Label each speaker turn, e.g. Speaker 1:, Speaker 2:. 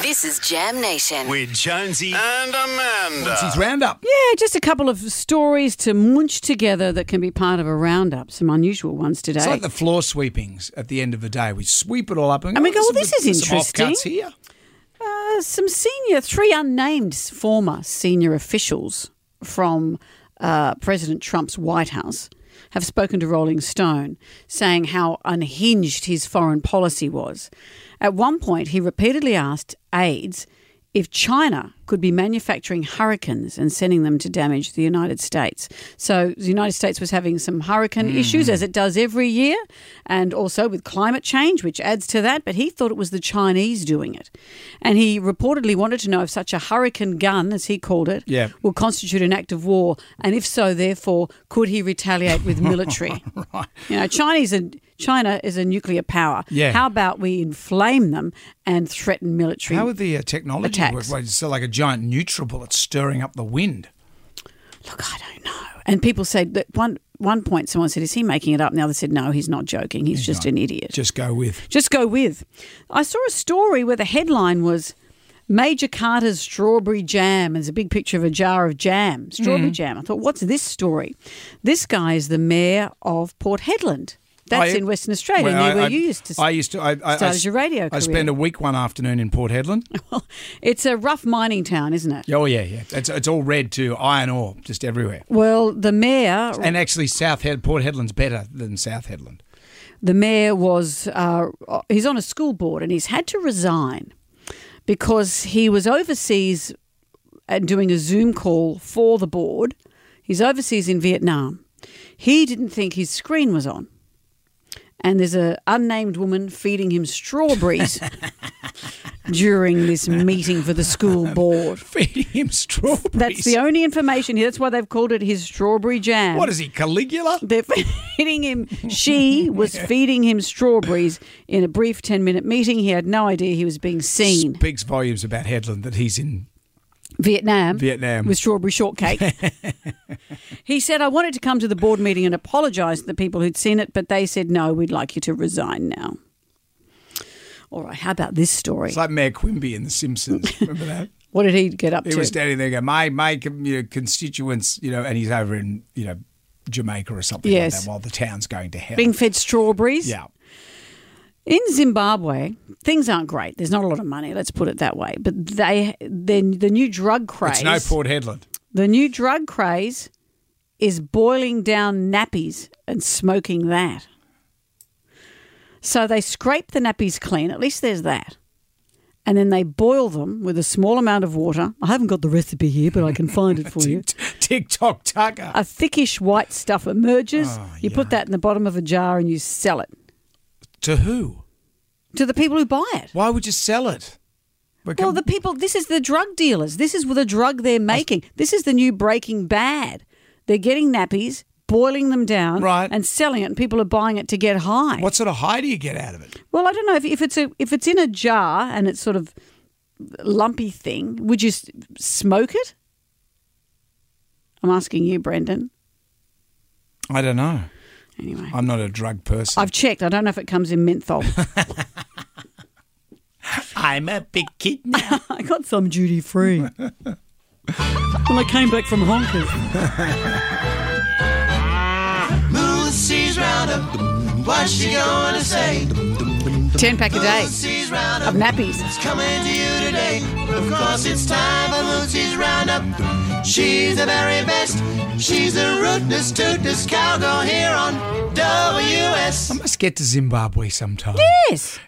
Speaker 1: This is Jam Nation.
Speaker 2: with Jonesy and Amanda.
Speaker 3: She's roundup.
Speaker 4: Yeah, just a couple of stories to munch together that can be part of a roundup. Some unusual ones today.
Speaker 3: It's like the floor sweepings at the end of the day. We sweep it all up and,
Speaker 4: And we
Speaker 3: "Oh,
Speaker 4: go,
Speaker 3: some-
Speaker 4: "Well, this is
Speaker 3: some Offcuts
Speaker 4: interesting."
Speaker 3: here.
Speaker 4: Uh, some senior, three unnamed former senior officials from uh, President Trump's White House have spoken to Rolling Stone, saying how unhinged his foreign policy was. At one point, he repeatedly asked aides if China could be manufacturing hurricanes and sending them to damage the United States. So the United States was having some hurricane
Speaker 3: Hmm.
Speaker 4: issues, as it does every year, and also with climate change, which adds to that. But he thought it was the Chinese doing it. And he reportedly wanted to know if such a hurricane gun, as he called it,
Speaker 3: Yeah.
Speaker 4: will constitute an act of war. And if so, therefore, could he retaliate with military? You know, Chinese and China is a nuclear power.
Speaker 3: Yeah.
Speaker 4: How about we inflame them and threaten military?
Speaker 3: How would the uh, technology
Speaker 4: Attacks.
Speaker 3: work? It's like a giant neutral bullet stirring up the wind.
Speaker 4: Look, I don't know. And people said that one one point someone said, Is he making it up? And the other said, No, he's not joking. He's, just an idiot. Just,
Speaker 3: Just go with.
Speaker 4: go with. I saw a story where the headline was Major Carter's strawberry jam. There's a big picture of a jar of jam, strawberry
Speaker 3: Mm.
Speaker 4: jam. I thought, what's this story? This guy is the mayor of Port Hedland. That's
Speaker 3: I-
Speaker 4: in Western Australia,
Speaker 3: Well,
Speaker 4: near
Speaker 3: I-
Speaker 4: where
Speaker 3: I-
Speaker 4: you used to.
Speaker 3: I used to. I, I, I
Speaker 4: started
Speaker 3: s-
Speaker 4: your radio
Speaker 3: I
Speaker 4: career.
Speaker 3: spent a week one afternoon in Port Hedland.
Speaker 4: it's a rough mining town, isn't it?
Speaker 3: Oh yeah, yeah. It's it's all red too. Iron ore just everywhere.
Speaker 4: Well, the mayor
Speaker 3: And actually, South Head Port Hedland's better than South Hedland.
Speaker 4: the mayor was uh, he's on a school board and he's had to resign because he was overseas and doing a Zoom call for the board. He's overseas in Vietnam. He didn't think his screen was on. And there's a unnamed woman feeding him strawberries during this meeting for the school board.
Speaker 3: Feeding him strawberries.
Speaker 4: That's the only information here. That's why they've called it his strawberry jam.
Speaker 3: What is he, Caligula?
Speaker 4: They're feeding him. She was feeding him strawberries in a brief 10 minute meeting. He had no idea he was being seen.
Speaker 3: Speaks volumes about Hedland that he's in
Speaker 4: Vietnam.
Speaker 3: Vietnam.
Speaker 4: With strawberry shortcake. he said, I wanted to come to the board meeting and apologise to the people who'd seen it, but they said, no, we'd like you to resign now. All right, how about this story?
Speaker 3: It's like Mayor Quimby in The Simpsons. Remember that?
Speaker 4: what did he get up
Speaker 3: He
Speaker 4: to?
Speaker 3: was standing there going, my, my com- you know, constituents, you know, and he's over in, you know, Jamaica or something like
Speaker 4: Yes.
Speaker 3: that while the town's going to hell.
Speaker 4: being fed strawberries?
Speaker 3: yeah.
Speaker 4: In Zimbabwe, things aren't great. There's not a lot of money, let's put it that way. But they, then the new drug craze.
Speaker 3: It's no Port Hedland.
Speaker 4: The new drug craze is boiling down nappies and smoking that. So they scrape the nappies clean, at least there's that. And then they boil them with a small amount of water. I haven't got the recipe here, but I can find it for you.
Speaker 3: TikTok Tucker.
Speaker 4: A thickish white stuff emerges. you put that in the bottom of a jar and you sell it
Speaker 3: to who?
Speaker 4: to the people who buy it.
Speaker 3: Why would you sell it? We're
Speaker 4: Well,
Speaker 3: com-
Speaker 4: the people, this is the drug dealers. This is the drug they're making. This is the new Breaking Bad. They're getting nappies, boiling them down,
Speaker 3: Right.
Speaker 4: and selling it, and people are buying it to get high.
Speaker 3: what sort of high do you get out of it?
Speaker 4: Well, I don't know if, if it's a if it's in a jar and it's sort of lumpy thing. Would you s- smoke it? I'm asking you, Brendan.
Speaker 3: I don't know.
Speaker 4: Anyway,
Speaker 3: I'm not a drug person.
Speaker 4: I've checked. I don't know if it comes in menthol.
Speaker 3: I'm a big kid now.
Speaker 4: I got some duty free when I came back from Honkers.
Speaker 5: Lucy's Roundup. What's she gonna say?
Speaker 4: Ten pack a day
Speaker 5: Lucy's Roundup
Speaker 4: of nappies.
Speaker 5: is coming to you today. Of course, it's time for Lucy's Roundup. She's the very best. She's the rootless, tootless cowgirl here on WS.
Speaker 3: Must get to Zimbabwe sometime.
Speaker 4: Yes.